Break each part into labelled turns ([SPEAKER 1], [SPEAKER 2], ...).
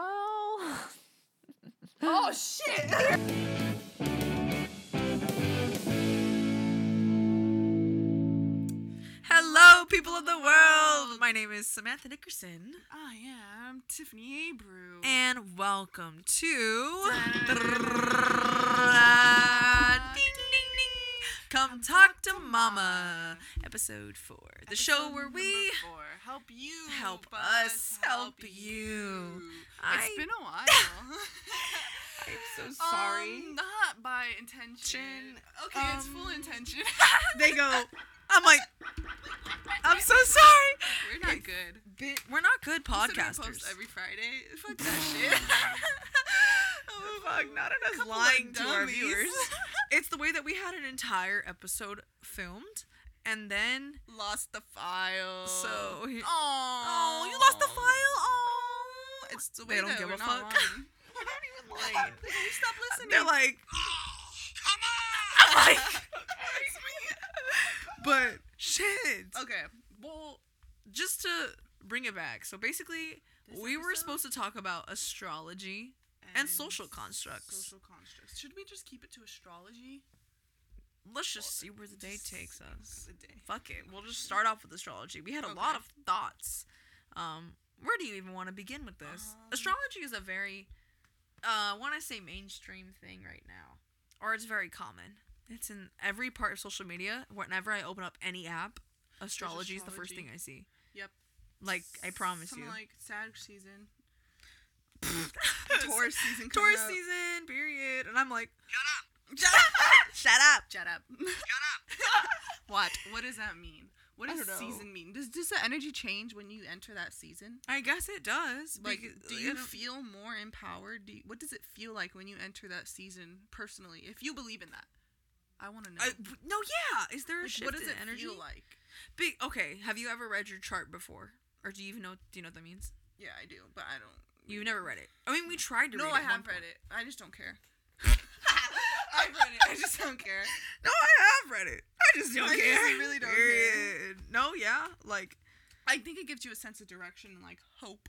[SPEAKER 1] Well,
[SPEAKER 2] Oh shit!
[SPEAKER 3] Hello, people of the world. My name is Samantha Nickerson,
[SPEAKER 2] I am Tiffany Abreu.
[SPEAKER 3] and welcome to. Ding, ding, ding. Come talk to Mama, episode four. The show
[SPEAKER 2] Episode
[SPEAKER 3] where
[SPEAKER 2] number
[SPEAKER 3] we
[SPEAKER 2] four. help you,
[SPEAKER 3] help
[SPEAKER 2] but
[SPEAKER 3] us help you. I-
[SPEAKER 2] It's been a while.
[SPEAKER 3] I'm so
[SPEAKER 2] Um, not by intention. Okay, it's full
[SPEAKER 3] Um,
[SPEAKER 2] intention.
[SPEAKER 3] They go. I'm like. I'm so sorry.
[SPEAKER 2] We're not good.
[SPEAKER 3] Bi- We're not good
[SPEAKER 2] You said we
[SPEAKER 3] podcasters.
[SPEAKER 2] Post every Friday. Fuck that shit.
[SPEAKER 3] Oh, fuck, not at us
[SPEAKER 2] Couple of
[SPEAKER 3] lying to our
[SPEAKER 2] dummies.
[SPEAKER 3] viewers. it's the way that we had an entire episode filmed and then
[SPEAKER 2] lost the file.
[SPEAKER 3] So he-
[SPEAKER 2] oh,
[SPEAKER 3] Oh, you lost the file. Oh,
[SPEAKER 2] It's the
[SPEAKER 3] They
[SPEAKER 2] way
[SPEAKER 3] don't
[SPEAKER 2] that
[SPEAKER 3] give
[SPEAKER 2] we're
[SPEAKER 3] a
[SPEAKER 2] not
[SPEAKER 3] fuck.
[SPEAKER 2] lying. We're not even lying. Like, we stop listening.
[SPEAKER 3] they're like,
[SPEAKER 2] come
[SPEAKER 3] I'm like- but shit.
[SPEAKER 2] okay. Well,
[SPEAKER 3] Just to bring it back. So basically,
[SPEAKER 2] This
[SPEAKER 3] we were
[SPEAKER 2] episode?
[SPEAKER 3] supposed to talk about astrology. social constructs.
[SPEAKER 2] Social constructs. Should we just keep it to astrology?
[SPEAKER 3] Let's just see where the day
[SPEAKER 2] Just
[SPEAKER 3] takes us.
[SPEAKER 2] The day.
[SPEAKER 3] Fuck it. We'll just start off with astrology. We had a lot
[SPEAKER 2] Okay.
[SPEAKER 3] of thoughts. Um, where do you even want to begin with this?
[SPEAKER 2] Um,
[SPEAKER 3] astrology is a very, uh, when I say mainstream thing right now, or it's very common. It's in every part of social media. Whenever I open up any app, astrology, is the first
[SPEAKER 2] astrology.
[SPEAKER 3] thing I see.
[SPEAKER 2] Yep.
[SPEAKER 3] Like I promise
[SPEAKER 2] Something
[SPEAKER 3] you,
[SPEAKER 2] Like Sag season. Taurus season. coming
[SPEAKER 3] Taurus
[SPEAKER 2] up.
[SPEAKER 3] season, period. And I'm like,
[SPEAKER 2] Shut up.
[SPEAKER 3] shut up.
[SPEAKER 2] Shut up. Shut up. what? What does that mean? What
[SPEAKER 3] I
[SPEAKER 2] does
[SPEAKER 3] don't know.
[SPEAKER 2] season mean? Does does the energy change when you enter that season?
[SPEAKER 3] I guess it does.
[SPEAKER 2] Like,
[SPEAKER 3] because-
[SPEAKER 2] do
[SPEAKER 3] I
[SPEAKER 2] you
[SPEAKER 3] don't-
[SPEAKER 2] feel more empowered? Do you, what does it feel like when you enter that season personally? If you believe in that, I want to know.
[SPEAKER 3] I- no, yeah. Is there a
[SPEAKER 2] Like,
[SPEAKER 3] shift
[SPEAKER 2] what does
[SPEAKER 3] in
[SPEAKER 2] it
[SPEAKER 3] energy?
[SPEAKER 2] feel like?
[SPEAKER 3] Be- okay, have you ever read your chart before? Or do you even know do you know what that means?
[SPEAKER 2] Yeah, I do, but I don't.
[SPEAKER 3] You've never read it. I mean we tried to
[SPEAKER 2] No,
[SPEAKER 3] read it
[SPEAKER 2] I
[SPEAKER 3] at one
[SPEAKER 2] have read
[SPEAKER 3] point.
[SPEAKER 2] it. I just don't care. I've read it. I just don't care.
[SPEAKER 3] No, I have read it. I just don't
[SPEAKER 2] I just
[SPEAKER 3] care.
[SPEAKER 2] really don't care.
[SPEAKER 3] Period. No, yeah. Like
[SPEAKER 2] I think it gives you a sense of direction and like hope.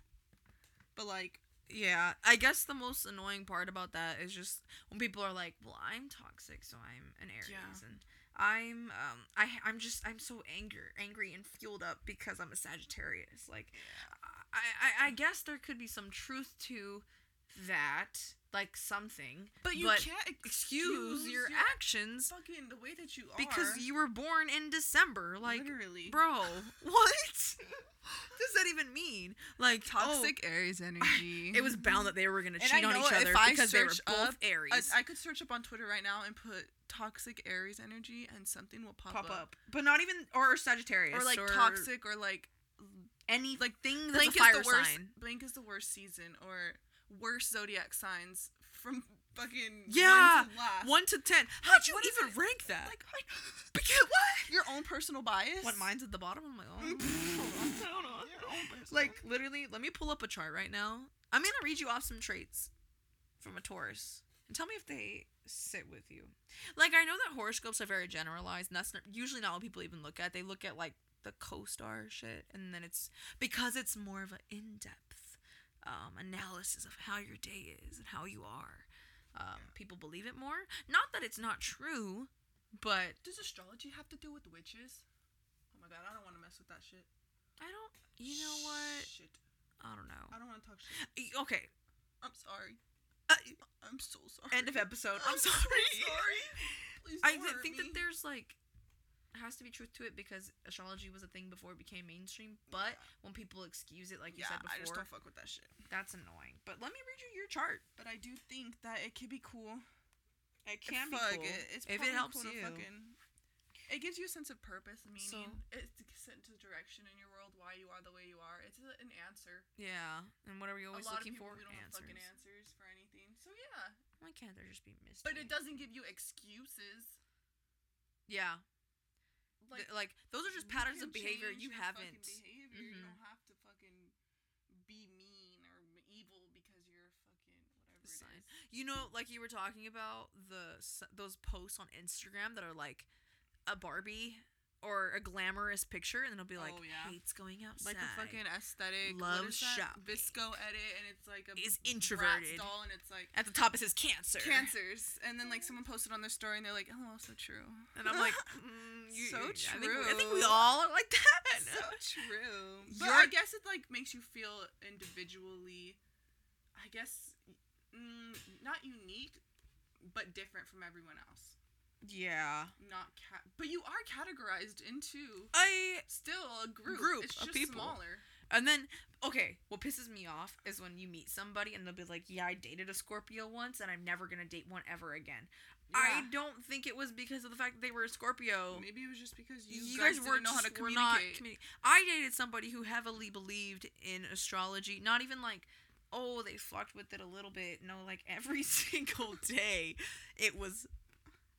[SPEAKER 2] But like,
[SPEAKER 3] yeah. I guess the most annoying part about that is just when people are like, Well, I'm toxic, so I'm an Aries
[SPEAKER 2] Yeah.
[SPEAKER 3] and I'm um I I'm just I'm so angry angry and fueled up because I'm a Sagittarius. Like I, I I guess there could be some truth to that, like something.
[SPEAKER 2] but you
[SPEAKER 3] But
[SPEAKER 2] can't
[SPEAKER 3] excuse your actions
[SPEAKER 2] fucking the way that you are
[SPEAKER 3] because you were born in December. Like,
[SPEAKER 2] literally
[SPEAKER 3] bro, what does that even mean? Like,
[SPEAKER 2] toxic Aries energy.
[SPEAKER 3] oh, it was bound that they were gonna
[SPEAKER 2] And
[SPEAKER 3] cheat
[SPEAKER 2] I
[SPEAKER 3] on
[SPEAKER 2] know
[SPEAKER 3] each other
[SPEAKER 2] if I
[SPEAKER 3] because they were
[SPEAKER 2] search
[SPEAKER 3] both
[SPEAKER 2] up I,
[SPEAKER 3] Aries.
[SPEAKER 2] I could search up on Twitter right now and put toxic Aries energy and something will pop,
[SPEAKER 3] Pop up, but not even or Sagittarius
[SPEAKER 2] Or like toxic or like
[SPEAKER 3] any like thing that's a
[SPEAKER 2] blank is
[SPEAKER 3] fire
[SPEAKER 2] the worst
[SPEAKER 3] sign.
[SPEAKER 2] blank is the worst season or worst zodiac signs from fucking
[SPEAKER 3] Yeah,
[SPEAKER 2] one to last.
[SPEAKER 3] One to ten. How'd you
[SPEAKER 2] what is
[SPEAKER 3] even
[SPEAKER 2] it?
[SPEAKER 3] rank that?
[SPEAKER 2] like I-
[SPEAKER 3] because what?
[SPEAKER 2] your own personal bias.
[SPEAKER 3] What mine's at the bottom? I'm like, oh.
[SPEAKER 2] Hold on. Your own personal-
[SPEAKER 3] Like literally, let me pull up a chart right now. I'm gonna read you off some traits from a Taurus and tell me if they sit with you. Like I know that horoscopes are very generalized, and that's not, usually not what people even look at. They look at like the co-star shit, and then it's because it's more of an in-depth um, analysis of how your day is and how you are. Um, people believe it more. Not that it's not true, but
[SPEAKER 2] does astrology have to do with witches? Oh my god, I don't want to mess with that shit.
[SPEAKER 3] I don't. You know what?
[SPEAKER 2] Shit.
[SPEAKER 3] I don't know.
[SPEAKER 2] I don't want to talk
[SPEAKER 3] E-
[SPEAKER 2] shit.
[SPEAKER 3] Okay.
[SPEAKER 2] I'm sorry.
[SPEAKER 3] Uh,
[SPEAKER 2] I'm so sorry.
[SPEAKER 3] End of episode. I'm,
[SPEAKER 2] I'm so
[SPEAKER 3] sorry.
[SPEAKER 2] sorry. Please
[SPEAKER 3] I
[SPEAKER 2] don't
[SPEAKER 3] th-
[SPEAKER 2] hurt
[SPEAKER 3] think
[SPEAKER 2] me.
[SPEAKER 3] that there's like has to be truth to it because astrology was a thing before it became mainstream. But
[SPEAKER 2] Yeah.
[SPEAKER 3] when people excuse it, like you
[SPEAKER 2] yeah,
[SPEAKER 3] said
[SPEAKER 2] I just
[SPEAKER 3] before,
[SPEAKER 2] don't fuck with that shit.
[SPEAKER 3] that's annoying. But let me read you your chart.
[SPEAKER 2] But I do think that it could be cool. It
[SPEAKER 3] can be cool
[SPEAKER 2] It, it's
[SPEAKER 3] if it
[SPEAKER 2] probably
[SPEAKER 3] helps
[SPEAKER 2] cool to
[SPEAKER 3] you.
[SPEAKER 2] fucking- it gives you a sense of purpose, meaning.
[SPEAKER 3] So-
[SPEAKER 2] It's a sense of direction in your world, why you are the way you are. It's a, an answer.
[SPEAKER 3] Yeah, and what are we
[SPEAKER 2] A
[SPEAKER 3] always
[SPEAKER 2] lot of
[SPEAKER 3] looking
[SPEAKER 2] people
[SPEAKER 3] for?
[SPEAKER 2] we don't have
[SPEAKER 3] Answers.
[SPEAKER 2] fucking answers for anything. So yeah,
[SPEAKER 3] Why can't there just be mystery?
[SPEAKER 2] but it doesn't give you excuses.
[SPEAKER 3] Yeah,
[SPEAKER 2] Like
[SPEAKER 3] Th- like those are just
[SPEAKER 2] you
[SPEAKER 3] patterns
[SPEAKER 2] can
[SPEAKER 3] of behavior
[SPEAKER 2] change
[SPEAKER 3] you
[SPEAKER 2] your fucking
[SPEAKER 3] haven't.
[SPEAKER 2] Behavior. You
[SPEAKER 3] Mhm.
[SPEAKER 2] don't have to fucking be mean or m- evil because you're fucking whatever it
[SPEAKER 3] Sign.
[SPEAKER 2] is.
[SPEAKER 3] You know, like you were talking about the s- those posts on Instagram that are like a Barbie or a glamorous picture, and then it'll be like
[SPEAKER 2] Oh, yeah.
[SPEAKER 3] hates going outside.
[SPEAKER 2] Like a fucking aesthetic.
[SPEAKER 3] Love
[SPEAKER 2] what is that?
[SPEAKER 3] shopping.
[SPEAKER 2] Visco edit, and it's like a
[SPEAKER 3] Is
[SPEAKER 2] brat's
[SPEAKER 3] introverted.
[SPEAKER 2] doll, and it's like
[SPEAKER 3] At the top it says cancer.
[SPEAKER 2] cancers. And then like someone posted on their story, and they're like, "Oh, so true."
[SPEAKER 3] And I'm like, mm, you,
[SPEAKER 2] So
[SPEAKER 3] I think, we- I think
[SPEAKER 2] true.
[SPEAKER 3] we all are like that.
[SPEAKER 2] so true. But
[SPEAKER 3] You're-
[SPEAKER 2] I guess it like makes you feel individually. I guess mm, not unique, but different from everyone else.
[SPEAKER 3] yeah.
[SPEAKER 2] Not cat, but you are categorized into
[SPEAKER 3] I
[SPEAKER 2] still a group.
[SPEAKER 3] Group
[SPEAKER 2] it's
[SPEAKER 3] of
[SPEAKER 2] just
[SPEAKER 3] people.
[SPEAKER 2] smaller.
[SPEAKER 3] and then okay, what pisses me off is when you meet somebody and they'll be like, "Yeah, I dated a Scorpio once, and I'm never gonna date one ever again." I
[SPEAKER 2] Yeah.
[SPEAKER 3] don't think it was because of the fact that they were a Scorpio.
[SPEAKER 2] Maybe it was just because you,
[SPEAKER 3] You,
[SPEAKER 2] guys,
[SPEAKER 3] guys,
[SPEAKER 2] didn't
[SPEAKER 3] weren't
[SPEAKER 2] know how to
[SPEAKER 3] were not
[SPEAKER 2] communicate.
[SPEAKER 3] communi- I dated somebody who heavily believed in astrology. Not even like, oh, they fucked with it a little bit. No, like every single day, it was.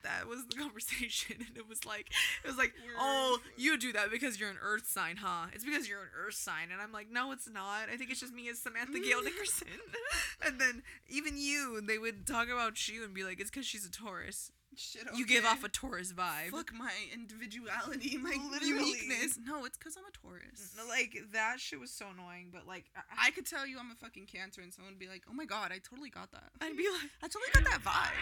[SPEAKER 3] That was the conversation, and it was like, it was like,
[SPEAKER 2] We're-
[SPEAKER 3] oh, you do that because you're an Earth sign, huh? It's because you're an Earth sign, and I'm like, no, it's not. I think it's just me as Samantha Gail Nickerson, and then even you, they would talk about you and be like, it's because she's a Taurus.
[SPEAKER 2] Shit,
[SPEAKER 3] You give off
[SPEAKER 2] okay.
[SPEAKER 3] a Taurus vibe.
[SPEAKER 2] Fuck my individuality, my
[SPEAKER 3] Literally.
[SPEAKER 2] uniqueness. No, it's because I'm a Taurus.
[SPEAKER 3] No, Like that shit was so annoying, but like I,
[SPEAKER 2] I could tell you I'm a fucking Cancer, and someone would be like, "Oh my god, I totally got that.
[SPEAKER 3] I'd be like,
[SPEAKER 2] I totally got that vibe."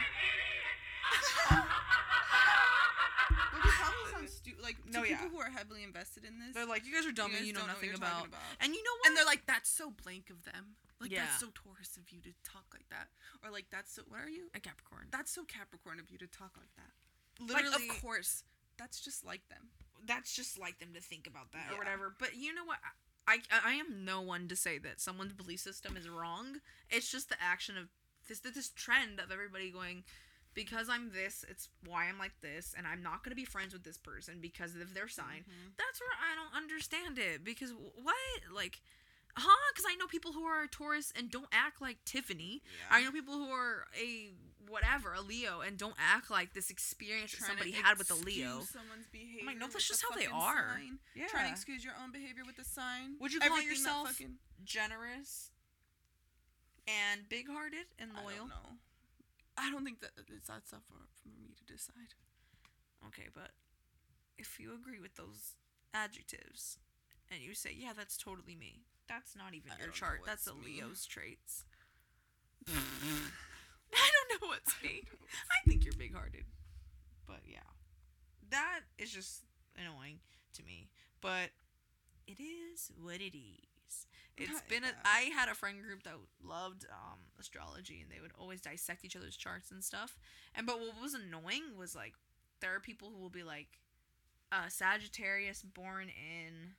[SPEAKER 2] But we probably sound stu- like to
[SPEAKER 3] No, yeah.
[SPEAKER 2] people who are heavily invested in this.
[SPEAKER 3] they're like, you guys are dumb
[SPEAKER 2] guys
[SPEAKER 3] and you know
[SPEAKER 2] don't know what
[SPEAKER 3] nothing
[SPEAKER 2] you're
[SPEAKER 3] about.
[SPEAKER 2] talking about.
[SPEAKER 3] And you know what?
[SPEAKER 2] and they're like, "That's so blank of them. Like
[SPEAKER 3] Yeah.
[SPEAKER 2] that's so Taurus of you to talk like that." Or like, "That's so what are you?
[SPEAKER 3] a Capricorn.
[SPEAKER 2] That's so Capricorn of you to talk like that."
[SPEAKER 3] Literally,
[SPEAKER 2] like, of course, that's just like them.
[SPEAKER 3] that's just like them to think about that or
[SPEAKER 2] Yeah.
[SPEAKER 3] whatever. But you know what? I, I I am no one to say that someone's belief system is wrong. It's just the action of this this trend of everybody going because I'm this, it's why I'm like this, and I'm not gonna be friends with this person because of their sign.
[SPEAKER 2] Mm-hmm.
[SPEAKER 3] That's where I don't understand it because w- what like. Huh? Because I know people who are a Taurus and don't act like Tiffany. I know people who are a whatever, a Leo, and don't act like this experience that
[SPEAKER 2] Trying to
[SPEAKER 3] somebody had with a Leo.
[SPEAKER 2] excuse Someone's behavior.
[SPEAKER 3] no, that's
[SPEAKER 2] with
[SPEAKER 3] just
[SPEAKER 2] the
[SPEAKER 3] how they
[SPEAKER 2] fucking
[SPEAKER 3] are.
[SPEAKER 2] sign.
[SPEAKER 3] Yeah.
[SPEAKER 2] Trying to excuse your own behavior with a sign.
[SPEAKER 3] Would you call
[SPEAKER 2] Everything that
[SPEAKER 3] yourself
[SPEAKER 2] fucking,
[SPEAKER 3] generous and big hearted and
[SPEAKER 2] I
[SPEAKER 3] loyal.
[SPEAKER 2] don't know. I don't think that it's that stuff for, for me to decide.
[SPEAKER 3] Okay, but if you agree with those adjectives and you say, yeah, that's totally me, that's not even
[SPEAKER 2] I
[SPEAKER 3] your
[SPEAKER 2] don't know
[SPEAKER 3] chart.
[SPEAKER 2] what's
[SPEAKER 3] That's a
[SPEAKER 2] me.
[SPEAKER 3] Leo's traits. I don't know what's me. I think you're big hearted. But yeah. That is just annoying to me. But it is what it is. It's
[SPEAKER 2] Right,
[SPEAKER 3] been a
[SPEAKER 2] yeah.
[SPEAKER 3] I had a friend group that loved um, astrology and they would always dissect each other's charts and stuff. And but what was annoying was like there are people who will be like uh, Sagittarius born in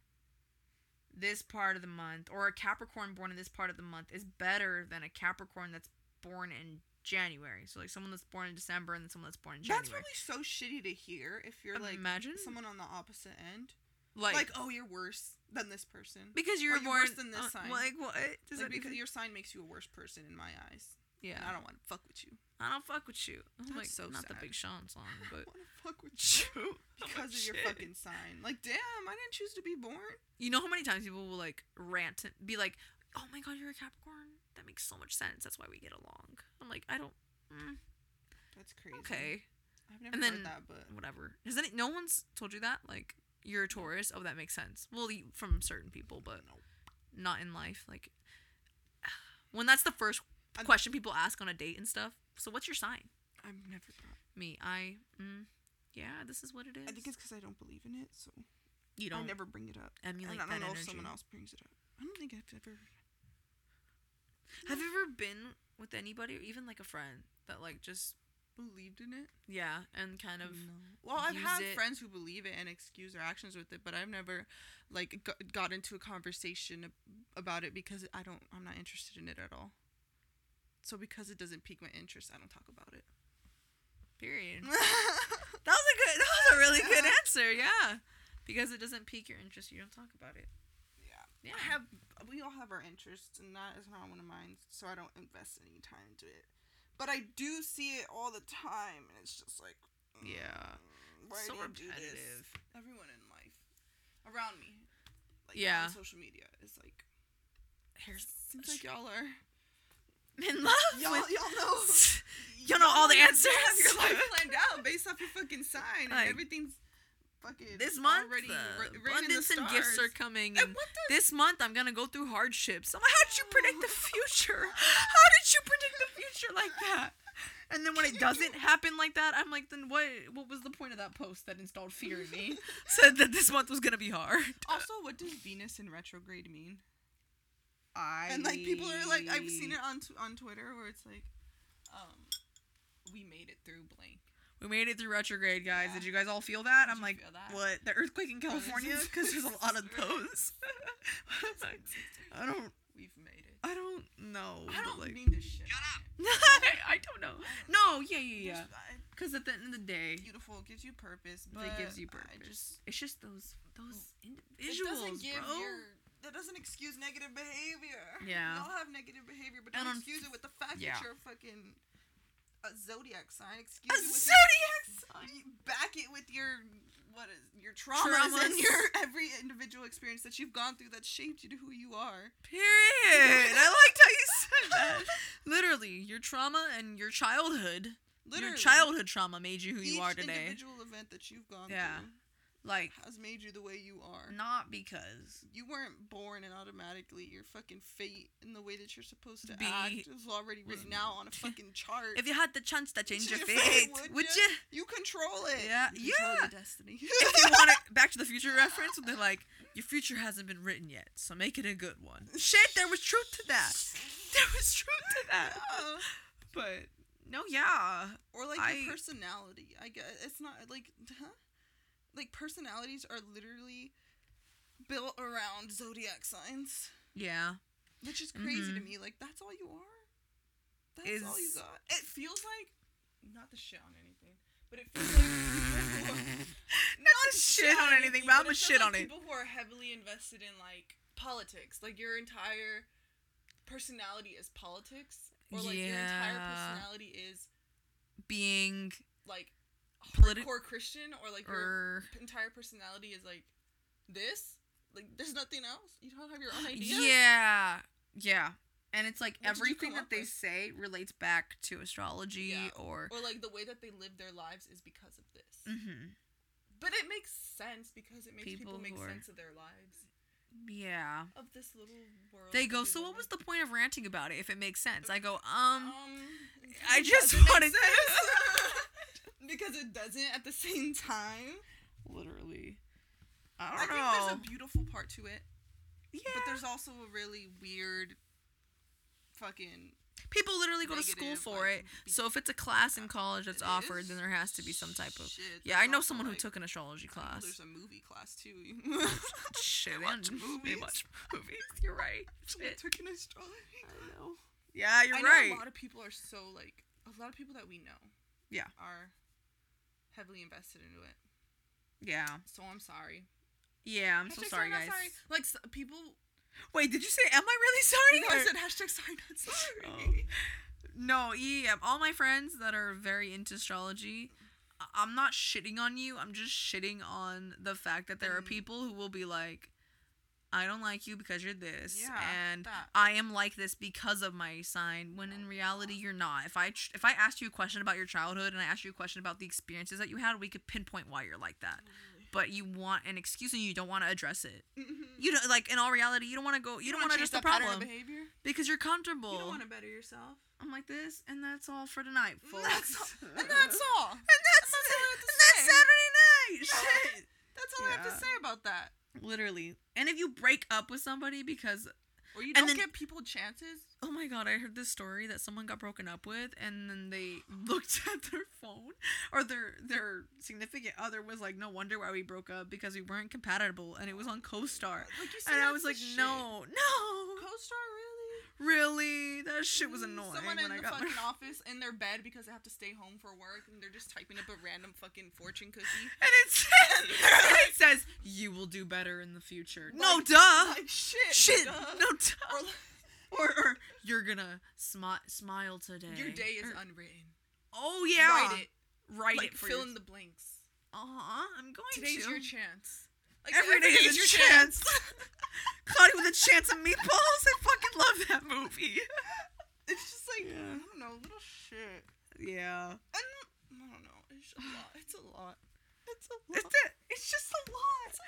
[SPEAKER 3] this part of the month or a Capricorn born in this part of the month is better than a Capricorn that's born in January. So like someone that's born in December and then someone that's born in January.
[SPEAKER 2] That's probably so shitty to hear if you're like
[SPEAKER 3] imagine
[SPEAKER 2] someone on the opposite end.
[SPEAKER 3] like,
[SPEAKER 2] Like, oh, you're worse than this person.
[SPEAKER 3] because
[SPEAKER 2] or
[SPEAKER 3] you're
[SPEAKER 2] you're
[SPEAKER 3] born
[SPEAKER 2] worse than this
[SPEAKER 3] uh,
[SPEAKER 2] sign.
[SPEAKER 3] Like what? Does
[SPEAKER 2] Like,
[SPEAKER 3] that because
[SPEAKER 2] because your sign makes you a worse person in my eyes.
[SPEAKER 3] yeah.
[SPEAKER 2] And I don't want to fuck with you.
[SPEAKER 3] I don't fuck with you. I'm
[SPEAKER 2] That's
[SPEAKER 3] like
[SPEAKER 2] so
[SPEAKER 3] not the
[SPEAKER 2] sad.
[SPEAKER 3] Big Sean song,
[SPEAKER 2] I
[SPEAKER 3] but
[SPEAKER 2] want to fuck with you
[SPEAKER 3] Shoot.
[SPEAKER 2] because of your
[SPEAKER 3] shit.
[SPEAKER 2] fucking sign. Like, damn, I didn't choose to be born.
[SPEAKER 3] you know how many times people will like rant and be like, "Oh my god, you're a Capricorn. That makes so much sense. That's why we get along." I'm like, I don't. Mm,
[SPEAKER 2] That's crazy.
[SPEAKER 3] okay,
[SPEAKER 2] I've never
[SPEAKER 3] And then-
[SPEAKER 2] heard that, but
[SPEAKER 3] whatever. Has any? No one's told you that. Like you're a Taurus. Oh, that makes sense. Well, you- from certain people, but
[SPEAKER 2] no.
[SPEAKER 3] not in life. Like when that's the first
[SPEAKER 2] I'm-
[SPEAKER 3] question people ask on a date and stuff. So what's your sign?
[SPEAKER 2] I've never thought.
[SPEAKER 3] Me, I, mm, yeah, this is what it is.
[SPEAKER 2] I think it's because I don't believe in it, so
[SPEAKER 3] you
[SPEAKER 2] I
[SPEAKER 3] don't
[SPEAKER 2] never bring it up.
[SPEAKER 3] emulate
[SPEAKER 2] and I don't
[SPEAKER 3] that
[SPEAKER 2] know
[SPEAKER 3] energy.
[SPEAKER 2] if someone else brings it up. I don't think I've ever.
[SPEAKER 3] Have you ever been with anybody, or even like a friend, that like just
[SPEAKER 2] believed in it.
[SPEAKER 3] yeah, and kind of
[SPEAKER 2] Well, I've
[SPEAKER 3] use
[SPEAKER 2] had
[SPEAKER 3] it-
[SPEAKER 2] friends who believe it and excuse their actions with it, but I've never like g- got into a conversation ab- about it because I don't. I'm not interested in it at all. So because it doesn't pique my interest, I don't talk about it.
[SPEAKER 3] period. That was a good. That was a really good answer. Yeah, because it doesn't pique your interest, you don't talk about it.
[SPEAKER 2] yeah.
[SPEAKER 3] Yeah.
[SPEAKER 2] I have. We all have our interests, and that is not one of mine. So I don't invest any time to it. But I do see it all the time, and it's just like,
[SPEAKER 3] Yeah.
[SPEAKER 2] mm, why
[SPEAKER 3] so
[SPEAKER 2] do you do this?
[SPEAKER 3] repetitive.
[SPEAKER 2] Everyone in life, around me, like
[SPEAKER 3] Yeah.
[SPEAKER 2] on social media, is like.
[SPEAKER 3] Here's
[SPEAKER 2] Seems like y'all are
[SPEAKER 3] in love.
[SPEAKER 2] y'all
[SPEAKER 3] with-
[SPEAKER 2] y'all know
[SPEAKER 3] Y'all know all the
[SPEAKER 2] y'all have
[SPEAKER 3] answers.
[SPEAKER 2] your life planned out based off your fucking sign and
[SPEAKER 3] Like-
[SPEAKER 2] everything's fucking
[SPEAKER 3] This month,
[SPEAKER 2] already
[SPEAKER 3] uh,
[SPEAKER 2] ri- written in the
[SPEAKER 3] abundance and gifts are
[SPEAKER 2] stars.
[SPEAKER 3] coming.
[SPEAKER 2] And
[SPEAKER 3] and
[SPEAKER 2] what the
[SPEAKER 3] this month I'm gonna go through hardships. I'm like, how did you predict the future? How did you predict the future like that? And then when it doesn't happen like that, I'm like, then what? What was the point of that post that installed fear in me? Said that this month was gonna be hard.
[SPEAKER 2] Also, what does Venus in retrograde mean?
[SPEAKER 3] I
[SPEAKER 2] And like people are like, I've seen it on t- on Twitter where it's like, um, we made it through blank.
[SPEAKER 3] We made it through retrograde, guys.
[SPEAKER 2] Yeah.
[SPEAKER 3] Did you guys all feel that?
[SPEAKER 2] Did
[SPEAKER 3] I'm
[SPEAKER 2] you
[SPEAKER 3] like,
[SPEAKER 2] feel that?
[SPEAKER 3] what? The earthquake in
[SPEAKER 2] this
[SPEAKER 3] California?
[SPEAKER 2] is-
[SPEAKER 3] Because there's a lot of those. I don't.
[SPEAKER 2] We've made it.
[SPEAKER 3] I don't know.
[SPEAKER 2] I
[SPEAKER 3] but,
[SPEAKER 2] don't
[SPEAKER 3] like-
[SPEAKER 2] mean to shit.
[SPEAKER 1] Shut
[SPEAKER 2] on
[SPEAKER 3] I don't know. No. Yeah.
[SPEAKER 2] it.
[SPEAKER 3] Yeah. Yeah.
[SPEAKER 2] Just, uh,
[SPEAKER 3] Because at the end of the day,
[SPEAKER 2] beautiful. It gives you purpose. But
[SPEAKER 3] That gives you
[SPEAKER 2] I
[SPEAKER 3] purpose.
[SPEAKER 2] just
[SPEAKER 3] It's just those those
[SPEAKER 2] it
[SPEAKER 3] individuals,
[SPEAKER 2] doesn't give
[SPEAKER 3] bro.
[SPEAKER 2] your that doesn't excuse negative behavior.
[SPEAKER 3] Yeah.
[SPEAKER 2] We all have negative behavior, but
[SPEAKER 3] And on-
[SPEAKER 2] don't excuse it with the fact
[SPEAKER 3] yeah.
[SPEAKER 2] that you're a fucking a zodiac sign.
[SPEAKER 3] A
[SPEAKER 2] Excuse it with
[SPEAKER 3] zodiac sign.
[SPEAKER 2] you back it with your what is your traumas, and
[SPEAKER 3] Traumas.
[SPEAKER 2] your every individual experience that you've gone through that shaped you to who you are.
[SPEAKER 3] Period. I liked how you said that. Literally, your trauma and your childhood,
[SPEAKER 2] Literally,
[SPEAKER 3] your childhood trauma made you who
[SPEAKER 2] each
[SPEAKER 3] you are today.
[SPEAKER 2] individual event that you've gone
[SPEAKER 3] Yeah.
[SPEAKER 2] through
[SPEAKER 3] Like
[SPEAKER 2] has made you the way you are.
[SPEAKER 3] not because
[SPEAKER 2] You weren't born and automatically your fucking fate and the way that you're supposed to
[SPEAKER 3] Be-
[SPEAKER 2] act is already written out on a fucking chart.
[SPEAKER 3] if you had the chance to change your
[SPEAKER 2] Change your fate,
[SPEAKER 3] fate,
[SPEAKER 2] would
[SPEAKER 3] would
[SPEAKER 2] ya?
[SPEAKER 3] you?
[SPEAKER 2] You control it.
[SPEAKER 3] Yeah,
[SPEAKER 2] you control
[SPEAKER 3] yeah.
[SPEAKER 2] Your destiny.
[SPEAKER 3] if you want it, Back to the Future reference, when they're like, "Your future hasn't been written yet, so make it a good one." Shit, there was truth to that. There was truth to that.
[SPEAKER 2] Yeah.
[SPEAKER 3] But no, yeah,
[SPEAKER 2] or like
[SPEAKER 3] I-
[SPEAKER 2] your personality. I guess it's not like, huh? Like personalities are literally built around zodiac signs,
[SPEAKER 3] yeah.
[SPEAKER 2] which is crazy to
[SPEAKER 3] Mhm.
[SPEAKER 2] me. Like that's all you are. That's all you
[SPEAKER 3] Is-
[SPEAKER 2] got. It feels like not the shit on anything, but it feels like. people who are-
[SPEAKER 3] Not to shit on anything, but I'm
[SPEAKER 2] a
[SPEAKER 3] gonna shit on it.
[SPEAKER 2] People who are heavily invested in like politics, like your entire personality is politics, or like your entire
[SPEAKER 3] Yeah.
[SPEAKER 2] personality is
[SPEAKER 3] Being
[SPEAKER 2] like
[SPEAKER 3] Politi- Er.
[SPEAKER 2] hardcore Christian, or like your
[SPEAKER 3] or
[SPEAKER 2] p- entire personality is like this. Like there's nothing else. You don't have your own ideas.
[SPEAKER 3] yeah, yeah, and it's like
[SPEAKER 2] What did you
[SPEAKER 3] everything
[SPEAKER 2] come
[SPEAKER 3] that
[SPEAKER 2] up
[SPEAKER 3] they
[SPEAKER 2] with?
[SPEAKER 3] say relates back to astrology
[SPEAKER 2] Yeah.
[SPEAKER 3] or.
[SPEAKER 2] Or like the way that they live their lives is because of this.
[SPEAKER 3] Mhm.
[SPEAKER 2] But it makes sense because it makes people,
[SPEAKER 3] People
[SPEAKER 2] make
[SPEAKER 3] who are-
[SPEAKER 2] sense of their lives
[SPEAKER 3] Yeah.
[SPEAKER 2] of this little world.
[SPEAKER 3] They
[SPEAKER 2] that
[SPEAKER 3] go,
[SPEAKER 2] we
[SPEAKER 3] so
[SPEAKER 2] live
[SPEAKER 3] what was
[SPEAKER 2] in."
[SPEAKER 3] the point of ranting about it if it makes sense? I go, um, I
[SPEAKER 2] it
[SPEAKER 3] just
[SPEAKER 2] doesn't make
[SPEAKER 3] wanted-
[SPEAKER 2] sense. because it doesn't at the same time.
[SPEAKER 3] literally. I
[SPEAKER 2] I,
[SPEAKER 3] don't
[SPEAKER 2] think
[SPEAKER 3] know.
[SPEAKER 2] there's a beautiful part to it,
[SPEAKER 3] yeah.
[SPEAKER 2] but there's also a really weird, fucking
[SPEAKER 3] People literally go to school
[SPEAKER 2] negative,
[SPEAKER 3] for
[SPEAKER 2] like, uh,
[SPEAKER 3] it. So if it's a class in college that's
[SPEAKER 2] it
[SPEAKER 3] offered,
[SPEAKER 2] is
[SPEAKER 3] then there has to be some type of.
[SPEAKER 2] shit
[SPEAKER 3] Yeah,
[SPEAKER 2] that's
[SPEAKER 3] I know
[SPEAKER 2] also,
[SPEAKER 3] someone who
[SPEAKER 2] like-
[SPEAKER 3] took an astrology
[SPEAKER 2] I know
[SPEAKER 3] class.
[SPEAKER 2] There's a movie class too.
[SPEAKER 3] Shit, they,
[SPEAKER 2] watch
[SPEAKER 3] don't- they
[SPEAKER 2] movies.
[SPEAKER 3] watch movies. You're right.
[SPEAKER 2] I
[SPEAKER 3] Shit.
[SPEAKER 2] took an astrology. class.
[SPEAKER 3] know. Yeah, you're
[SPEAKER 2] I know
[SPEAKER 3] right.
[SPEAKER 2] a lot of people are so like a lot of people that we know.
[SPEAKER 3] Yeah.
[SPEAKER 2] Are heavily invested into it.
[SPEAKER 3] yeah.
[SPEAKER 2] So I'm sorry.
[SPEAKER 3] Yeah, I'm so
[SPEAKER 2] Hashtag
[SPEAKER 3] sorry,
[SPEAKER 2] not
[SPEAKER 3] guys.
[SPEAKER 2] sorry. Like s- people
[SPEAKER 3] Wait, did you say, am I really sorry?
[SPEAKER 2] No, I
[SPEAKER 3] Or-
[SPEAKER 2] said hashtag sorry not
[SPEAKER 3] Oh.
[SPEAKER 2] sorry.
[SPEAKER 3] No, yeah, all my friends that are very into astrology, I- I'm not shitting on you. I'm just shitting on the fact that there are
[SPEAKER 2] Mm.
[SPEAKER 3] people who will be like, I don't like you because you're this,
[SPEAKER 2] Yeah,
[SPEAKER 3] and
[SPEAKER 2] that.
[SPEAKER 3] I am like this because of my sign. When in reality, you're not. If I tr- if I asked you a question about your childhood and I asked you a question about the experiences that you had, we could pinpoint why you're like that. But you want an excuse and you don't want to address it. You don't like in all reality, you don't want to go. You, don't want to address the problem
[SPEAKER 2] Behavior.
[SPEAKER 3] because you're comfortable.
[SPEAKER 2] You don't want to better yourself.
[SPEAKER 3] I'm like this, and that's all for tonight, folks.
[SPEAKER 2] That's
[SPEAKER 3] and
[SPEAKER 2] all. And
[SPEAKER 3] that's
[SPEAKER 2] that's all.
[SPEAKER 3] and that's Saturday night. Shit.
[SPEAKER 2] That's all I have
[SPEAKER 3] Yeah.
[SPEAKER 2] to say about that.
[SPEAKER 3] Literally. And if you break up with somebody because
[SPEAKER 2] Or you
[SPEAKER 3] And
[SPEAKER 2] don't
[SPEAKER 3] then-
[SPEAKER 2] give people chances.
[SPEAKER 3] oh my god, I heard this story that someone got broken up with and then they looked at their phone or their their significant other was like, No wonder why we broke up because we weren't compatible and it was on CoStar.
[SPEAKER 2] Like you
[SPEAKER 3] And I
[SPEAKER 2] that's
[SPEAKER 3] was
[SPEAKER 2] the
[SPEAKER 3] like,
[SPEAKER 2] shit.
[SPEAKER 3] No, no.
[SPEAKER 2] CoStar really?
[SPEAKER 3] Really? That shit was
[SPEAKER 2] Mm,
[SPEAKER 3] annoying
[SPEAKER 2] Someone
[SPEAKER 3] when
[SPEAKER 2] in
[SPEAKER 3] I
[SPEAKER 2] the
[SPEAKER 3] got
[SPEAKER 2] fucking office in their bed because they have to stay home for work and they're just typing up a random fucking fortune cookie.
[SPEAKER 3] And it says, and it says, you will do better in the future. no,
[SPEAKER 2] Like-
[SPEAKER 3] duh.
[SPEAKER 2] Like shit.
[SPEAKER 3] Uh, Shit.
[SPEAKER 2] duh.
[SPEAKER 3] No, duh.
[SPEAKER 2] Or like,
[SPEAKER 3] uh-huh. Or, or you're gonna smi- smile today.
[SPEAKER 2] your day is
[SPEAKER 3] Or-
[SPEAKER 2] unwritten.
[SPEAKER 3] Oh, yeah.
[SPEAKER 2] Write it.
[SPEAKER 3] Write
[SPEAKER 2] like
[SPEAKER 3] it for
[SPEAKER 2] fill
[SPEAKER 3] your-
[SPEAKER 2] in the blanks.
[SPEAKER 3] Uh-huh. I'm going
[SPEAKER 2] Today's
[SPEAKER 3] to.
[SPEAKER 2] your chance. Like,
[SPEAKER 3] every day is your chance. Caught with a chance of meatballs. I fucking love that movie.
[SPEAKER 2] It's just like
[SPEAKER 3] Yeah.
[SPEAKER 2] I don't know, little shit.
[SPEAKER 3] Yeah.
[SPEAKER 2] And I don't know. It's a lot. It's a lot. It's a lot.
[SPEAKER 3] It's it. It's just a lot.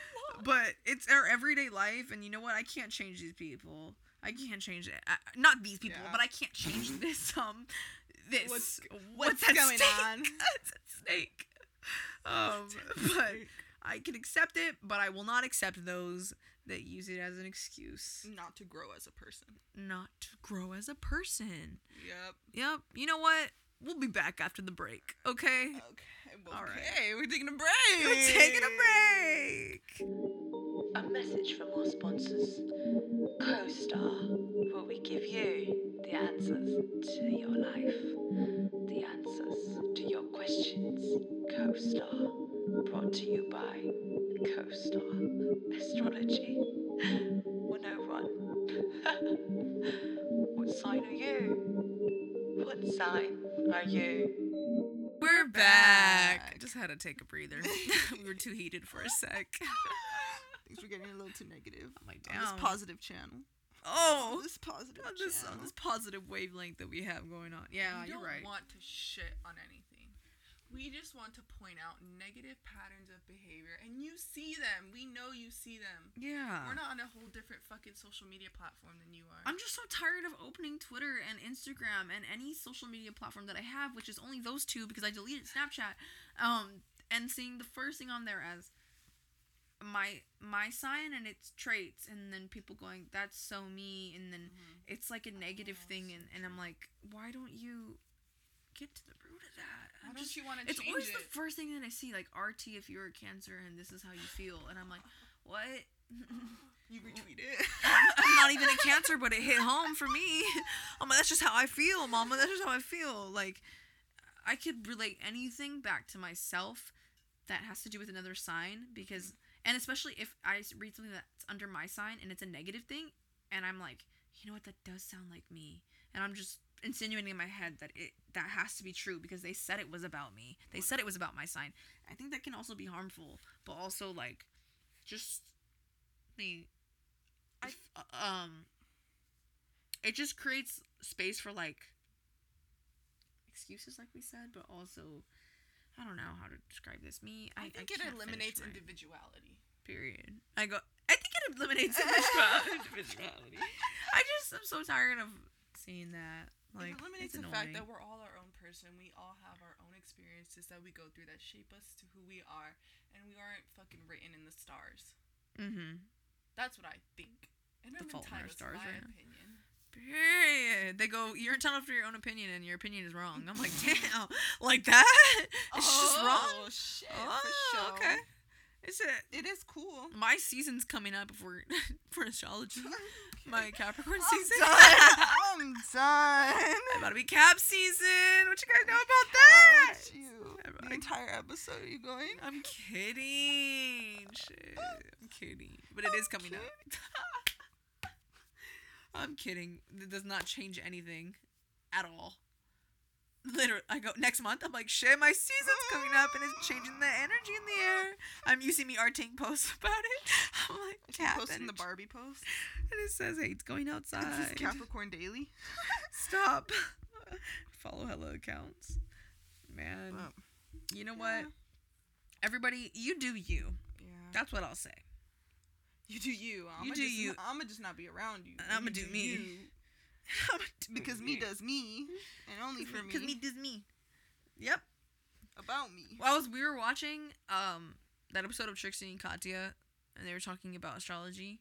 [SPEAKER 3] But it's our everyday life, and you know what? I can't change these people. I can't change it. I, not these people,
[SPEAKER 2] Yeah.
[SPEAKER 3] but I can't change this. Um, this.
[SPEAKER 2] What's-
[SPEAKER 3] what's at stake? It's at stake. Um, but I can accept it, but I will not accept those that use it as an excuse
[SPEAKER 2] Not to grow as a person.
[SPEAKER 3] not to grow as a person.
[SPEAKER 2] Yep.
[SPEAKER 3] Yep. You know what? We'll be back after the break. Okay.
[SPEAKER 2] Okay.
[SPEAKER 3] All right.
[SPEAKER 2] Okay. We're taking a break.
[SPEAKER 3] We're taking a break.
[SPEAKER 1] A message from our sponsors CoStar, where we give you the answers to your life, the answers to your questions. CoStar, brought to you by CoStar Astrology 101. what sign are you? What sign are you?
[SPEAKER 3] We're back.
[SPEAKER 2] back.
[SPEAKER 3] Just had to take a breather. we were too heated for a sec.
[SPEAKER 2] Things were getting a little too negative.
[SPEAKER 3] I'm like,
[SPEAKER 2] On
[SPEAKER 3] damn.
[SPEAKER 2] this positive channel.
[SPEAKER 3] Oh,
[SPEAKER 2] On this positive
[SPEAKER 3] on this,
[SPEAKER 2] channel.
[SPEAKER 3] on this positive wavelength that we have going on. Yeah,
[SPEAKER 2] we
[SPEAKER 3] you're
[SPEAKER 2] don't
[SPEAKER 3] right.
[SPEAKER 2] want to shit on anything. We just want to point out negative patterns of behavior, and you see them. We know you see them.
[SPEAKER 3] yeah.
[SPEAKER 2] We're not on a whole different fucking social media platform than you are.
[SPEAKER 3] I'm just so tired of opening Twitter and Instagram and any social media platform that I have, which is only those two because I deleted Snapchat. Um, and seeing the first thing on there as my my sign and its traits, and then people going, "That's so me," and then
[SPEAKER 2] Mhm.
[SPEAKER 3] it's like a negative
[SPEAKER 2] Oh,
[SPEAKER 3] thing,
[SPEAKER 2] so
[SPEAKER 3] and, and I'm like, why don't you get to the root of that?
[SPEAKER 2] Why
[SPEAKER 3] I'm
[SPEAKER 2] don't
[SPEAKER 3] just,
[SPEAKER 2] you want to
[SPEAKER 3] it's
[SPEAKER 2] change
[SPEAKER 3] always
[SPEAKER 2] it?
[SPEAKER 3] the first thing that I see, like RT if you're a cancer and this is how you feel, and I'm like, what?
[SPEAKER 2] you retweet it.
[SPEAKER 3] I'm, I'm not even a cancer, but it hit home for me. I'm like, that's just how I feel, Mama. That's just how I feel. Like, I could relate anything back to myself that has to do with another sign because,
[SPEAKER 2] Mm-hmm.
[SPEAKER 3] and especially if I s- read something that's under my sign and it's a negative thing, and I'm like, you know what, that does sound like me, and I'm just insinuating in my head that it that has to be true because they said it was about me. They said it was about my sign. I think that can also be harmful, but also like, just me.
[SPEAKER 2] I-
[SPEAKER 3] um, it just creates space for like excuses, like we said, but also I don't know how to describe this. Me, I,
[SPEAKER 2] I think it
[SPEAKER 3] can't finish
[SPEAKER 2] eliminates
[SPEAKER 3] my
[SPEAKER 2] individuality.
[SPEAKER 3] period. I go. I think it eliminates individual- individuality. I just am so tired of seeing that. Like
[SPEAKER 2] it eliminates
[SPEAKER 3] it's
[SPEAKER 2] the fact that
[SPEAKER 3] annoying.
[SPEAKER 2] we're all our own person. We all have our own experiences that we go through that shape us to who we are, and we aren't fucking written in the stars.
[SPEAKER 3] Mhm.
[SPEAKER 2] That's what I think. And I'm
[SPEAKER 3] Fault in Our
[SPEAKER 2] entitled to
[SPEAKER 3] Stars
[SPEAKER 2] my
[SPEAKER 3] right now.
[SPEAKER 2] opinion.
[SPEAKER 3] Period. They go. You're entitled for your own opinion, and your opinion is wrong. I'm like, damn, like that. It's just wrong.
[SPEAKER 2] Oh, shit.
[SPEAKER 3] Oh,
[SPEAKER 2] for sure.
[SPEAKER 3] okay. Is it?
[SPEAKER 2] It is cool.
[SPEAKER 3] my season's coming up for for astrology. My Capricorn
[SPEAKER 2] I'm
[SPEAKER 3] season.
[SPEAKER 2] done. I'm done.
[SPEAKER 3] About to be Cap season. What you guys know about
[SPEAKER 2] How
[SPEAKER 3] that?
[SPEAKER 2] about you?
[SPEAKER 3] Everybody-
[SPEAKER 2] The entire episode, are you going?
[SPEAKER 3] I'm kidding. Shit. I'm kidding. But it is coming up. I'm kidding. It does not change anything at all. Literally, I go next month. I'm like, shit, my season's coming up and it's changing the energy in the air. I'm using me arting posts about it. I'm like,
[SPEAKER 2] I'm
[SPEAKER 3] cap
[SPEAKER 2] posting the
[SPEAKER 3] energy.
[SPEAKER 2] Barbie post.
[SPEAKER 3] And it says, hey, it's going outside.
[SPEAKER 2] This is Capricorn Daily.
[SPEAKER 3] Stop. Follow hello accounts. Man,
[SPEAKER 2] Well,
[SPEAKER 3] you know
[SPEAKER 2] yeah.
[SPEAKER 3] what? Everybody, you do you.
[SPEAKER 2] Yeah.
[SPEAKER 3] That's what I'll say.
[SPEAKER 2] You do you. I'ma
[SPEAKER 3] do
[SPEAKER 2] just,
[SPEAKER 3] you.
[SPEAKER 2] I'ma just not be around you.
[SPEAKER 3] And I'ma
[SPEAKER 2] You
[SPEAKER 3] do me.
[SPEAKER 2] you. Because me does me, and only for me,
[SPEAKER 3] Because me does me. Yep.
[SPEAKER 2] about me.
[SPEAKER 3] Well, I was we were watching um that episode of Trixie and Katya, and they were talking about astrology.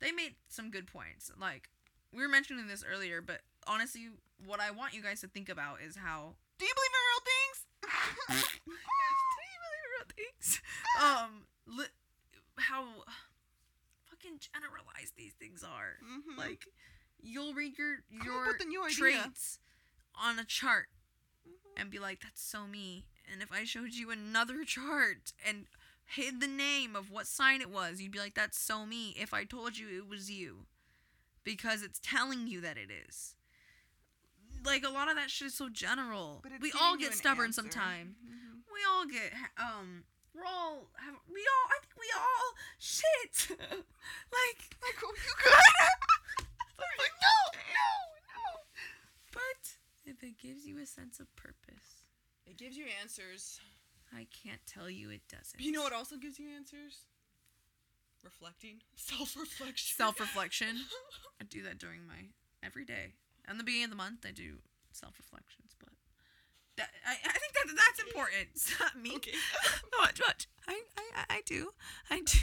[SPEAKER 3] They made some good points. Like we were mentioning this earlier, but honestly, what I want you guys to think about is how
[SPEAKER 2] Do you believe in real things?
[SPEAKER 3] Do you believe in real things? Um, li- how fucking generalized these things are.
[SPEAKER 2] Mhm.
[SPEAKER 3] Like, you'll read your
[SPEAKER 2] Come up
[SPEAKER 3] your
[SPEAKER 2] with a new idea. Mm-hmm.
[SPEAKER 3] traits on a chart and be like, "That's so me." And if I showed you another chart and hid the name of what sign it was, you'd be like, "That's so me." If I told you it was you, because it's telling you that it is. Like a lot of that shit is so general.
[SPEAKER 2] But it's
[SPEAKER 3] we all
[SPEAKER 2] giving you
[SPEAKER 3] get
[SPEAKER 2] an
[SPEAKER 3] stubborn
[SPEAKER 2] answer.
[SPEAKER 3] sometime
[SPEAKER 2] Mhm.
[SPEAKER 3] we all get um we're all have we all I think we all shit like
[SPEAKER 2] Like, oh, you good? I'm like, no, no, no.
[SPEAKER 3] but if it gives you a sense of purpose
[SPEAKER 2] It gives you answers.
[SPEAKER 3] I can't tell you it doesn't.
[SPEAKER 2] You know what also gives you answers? Reflecting, self-reflection.
[SPEAKER 3] Self reflection. I do that during my every day. And the beginning of the month, I do self reflections, but that, I, I think that that's important. It's not me.
[SPEAKER 2] Okay.
[SPEAKER 3] Watch, watch. I, I, I- I do. I do.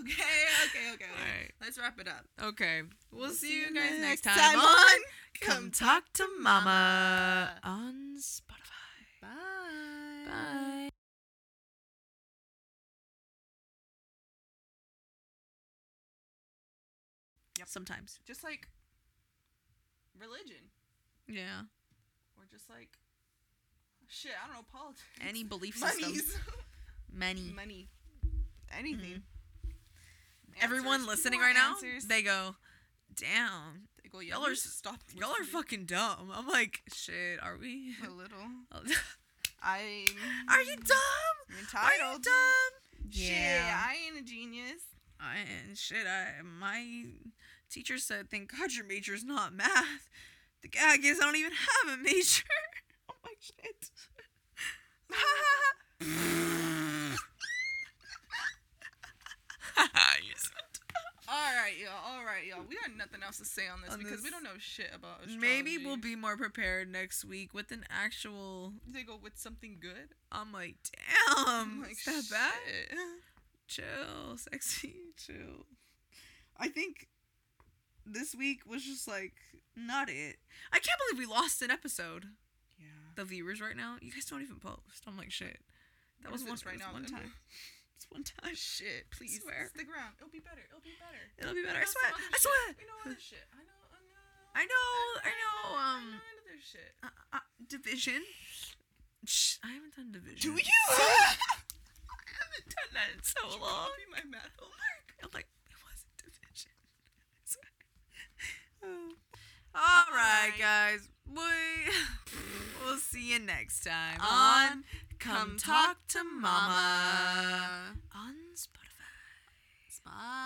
[SPEAKER 2] okay, okay, okay.
[SPEAKER 3] All right.
[SPEAKER 2] Let's wrap it up.
[SPEAKER 3] Okay. We'll, see you guys next time,
[SPEAKER 2] next time
[SPEAKER 3] on
[SPEAKER 2] Come
[SPEAKER 3] Come Talk to Mama on Spotify.
[SPEAKER 2] Bye.
[SPEAKER 3] Bye.
[SPEAKER 2] Yep.
[SPEAKER 3] Sometimes.
[SPEAKER 2] Just like religion,
[SPEAKER 3] Yeah.
[SPEAKER 2] or just like shit. I don't know politics.
[SPEAKER 3] Any belief system.
[SPEAKER 2] monies,
[SPEAKER 3] Many.
[SPEAKER 2] money, anything.
[SPEAKER 3] Mm-hmm. Everyone
[SPEAKER 2] Answers.
[SPEAKER 3] listening
[SPEAKER 2] People
[SPEAKER 3] right now,
[SPEAKER 2] want answers.
[SPEAKER 3] they go, damn,
[SPEAKER 2] They go,
[SPEAKER 3] y'all
[SPEAKER 2] you
[SPEAKER 3] are
[SPEAKER 2] should
[SPEAKER 3] s-
[SPEAKER 2] stop.
[SPEAKER 3] y'all are
[SPEAKER 2] listening."
[SPEAKER 3] fucking dumb. I'm like, shit, are we?
[SPEAKER 2] A little.
[SPEAKER 3] are
[SPEAKER 2] I'm.
[SPEAKER 3] you dumb?
[SPEAKER 2] I'm
[SPEAKER 3] Are you
[SPEAKER 2] entitled?
[SPEAKER 3] dumb?
[SPEAKER 2] Shit,
[SPEAKER 3] Yeah.
[SPEAKER 2] I ain't a genius.
[SPEAKER 3] I, and shit, I my teacher said, thank God your major's not math. The gag is I don't even have a major. oh my shit. You're so
[SPEAKER 2] All right, y'all. All right, y'all. We got nothing else to say on this
[SPEAKER 3] On
[SPEAKER 2] because we
[SPEAKER 3] this-
[SPEAKER 2] don't know shit about astrology.
[SPEAKER 3] Maybe we'll be more prepared next week with an actual.
[SPEAKER 2] They go with something good.
[SPEAKER 3] I'm like, damn,
[SPEAKER 2] I'm like,
[SPEAKER 3] is that bad?
[SPEAKER 2] shit.
[SPEAKER 3] Chill, sexy, chill. I think this week was just like not it. I can't believe we lost an episode.
[SPEAKER 2] Yeah.
[SPEAKER 3] The viewers right now, you guys don't even post. I'm like, shit. That
[SPEAKER 2] What
[SPEAKER 3] was
[SPEAKER 2] is
[SPEAKER 3] one
[SPEAKER 2] this right
[SPEAKER 3] it was
[SPEAKER 2] now?
[SPEAKER 3] One time. It's one time.
[SPEAKER 2] Shit, please
[SPEAKER 3] Swear.
[SPEAKER 2] stick around. It'll be better. It'll be better.
[SPEAKER 3] It'll be better. I
[SPEAKER 2] We know some
[SPEAKER 3] swear.
[SPEAKER 2] other
[SPEAKER 3] I
[SPEAKER 2] shit.
[SPEAKER 3] swear.
[SPEAKER 2] We know other shit. I know. I know.
[SPEAKER 3] I know. I know.
[SPEAKER 2] I
[SPEAKER 3] Um.
[SPEAKER 2] know other shit.
[SPEAKER 3] uh, uh, division. Shh, I haven't done division.
[SPEAKER 2] Do you?
[SPEAKER 3] I haven't done that in so long.
[SPEAKER 2] Copy my math homework.
[SPEAKER 3] I'm like, it wasn't division. All right,
[SPEAKER 2] Oh. Alright.
[SPEAKER 3] guys. We we'll see you next time
[SPEAKER 2] On
[SPEAKER 3] on Come Talk to Mama on Spotify.
[SPEAKER 2] Spotify.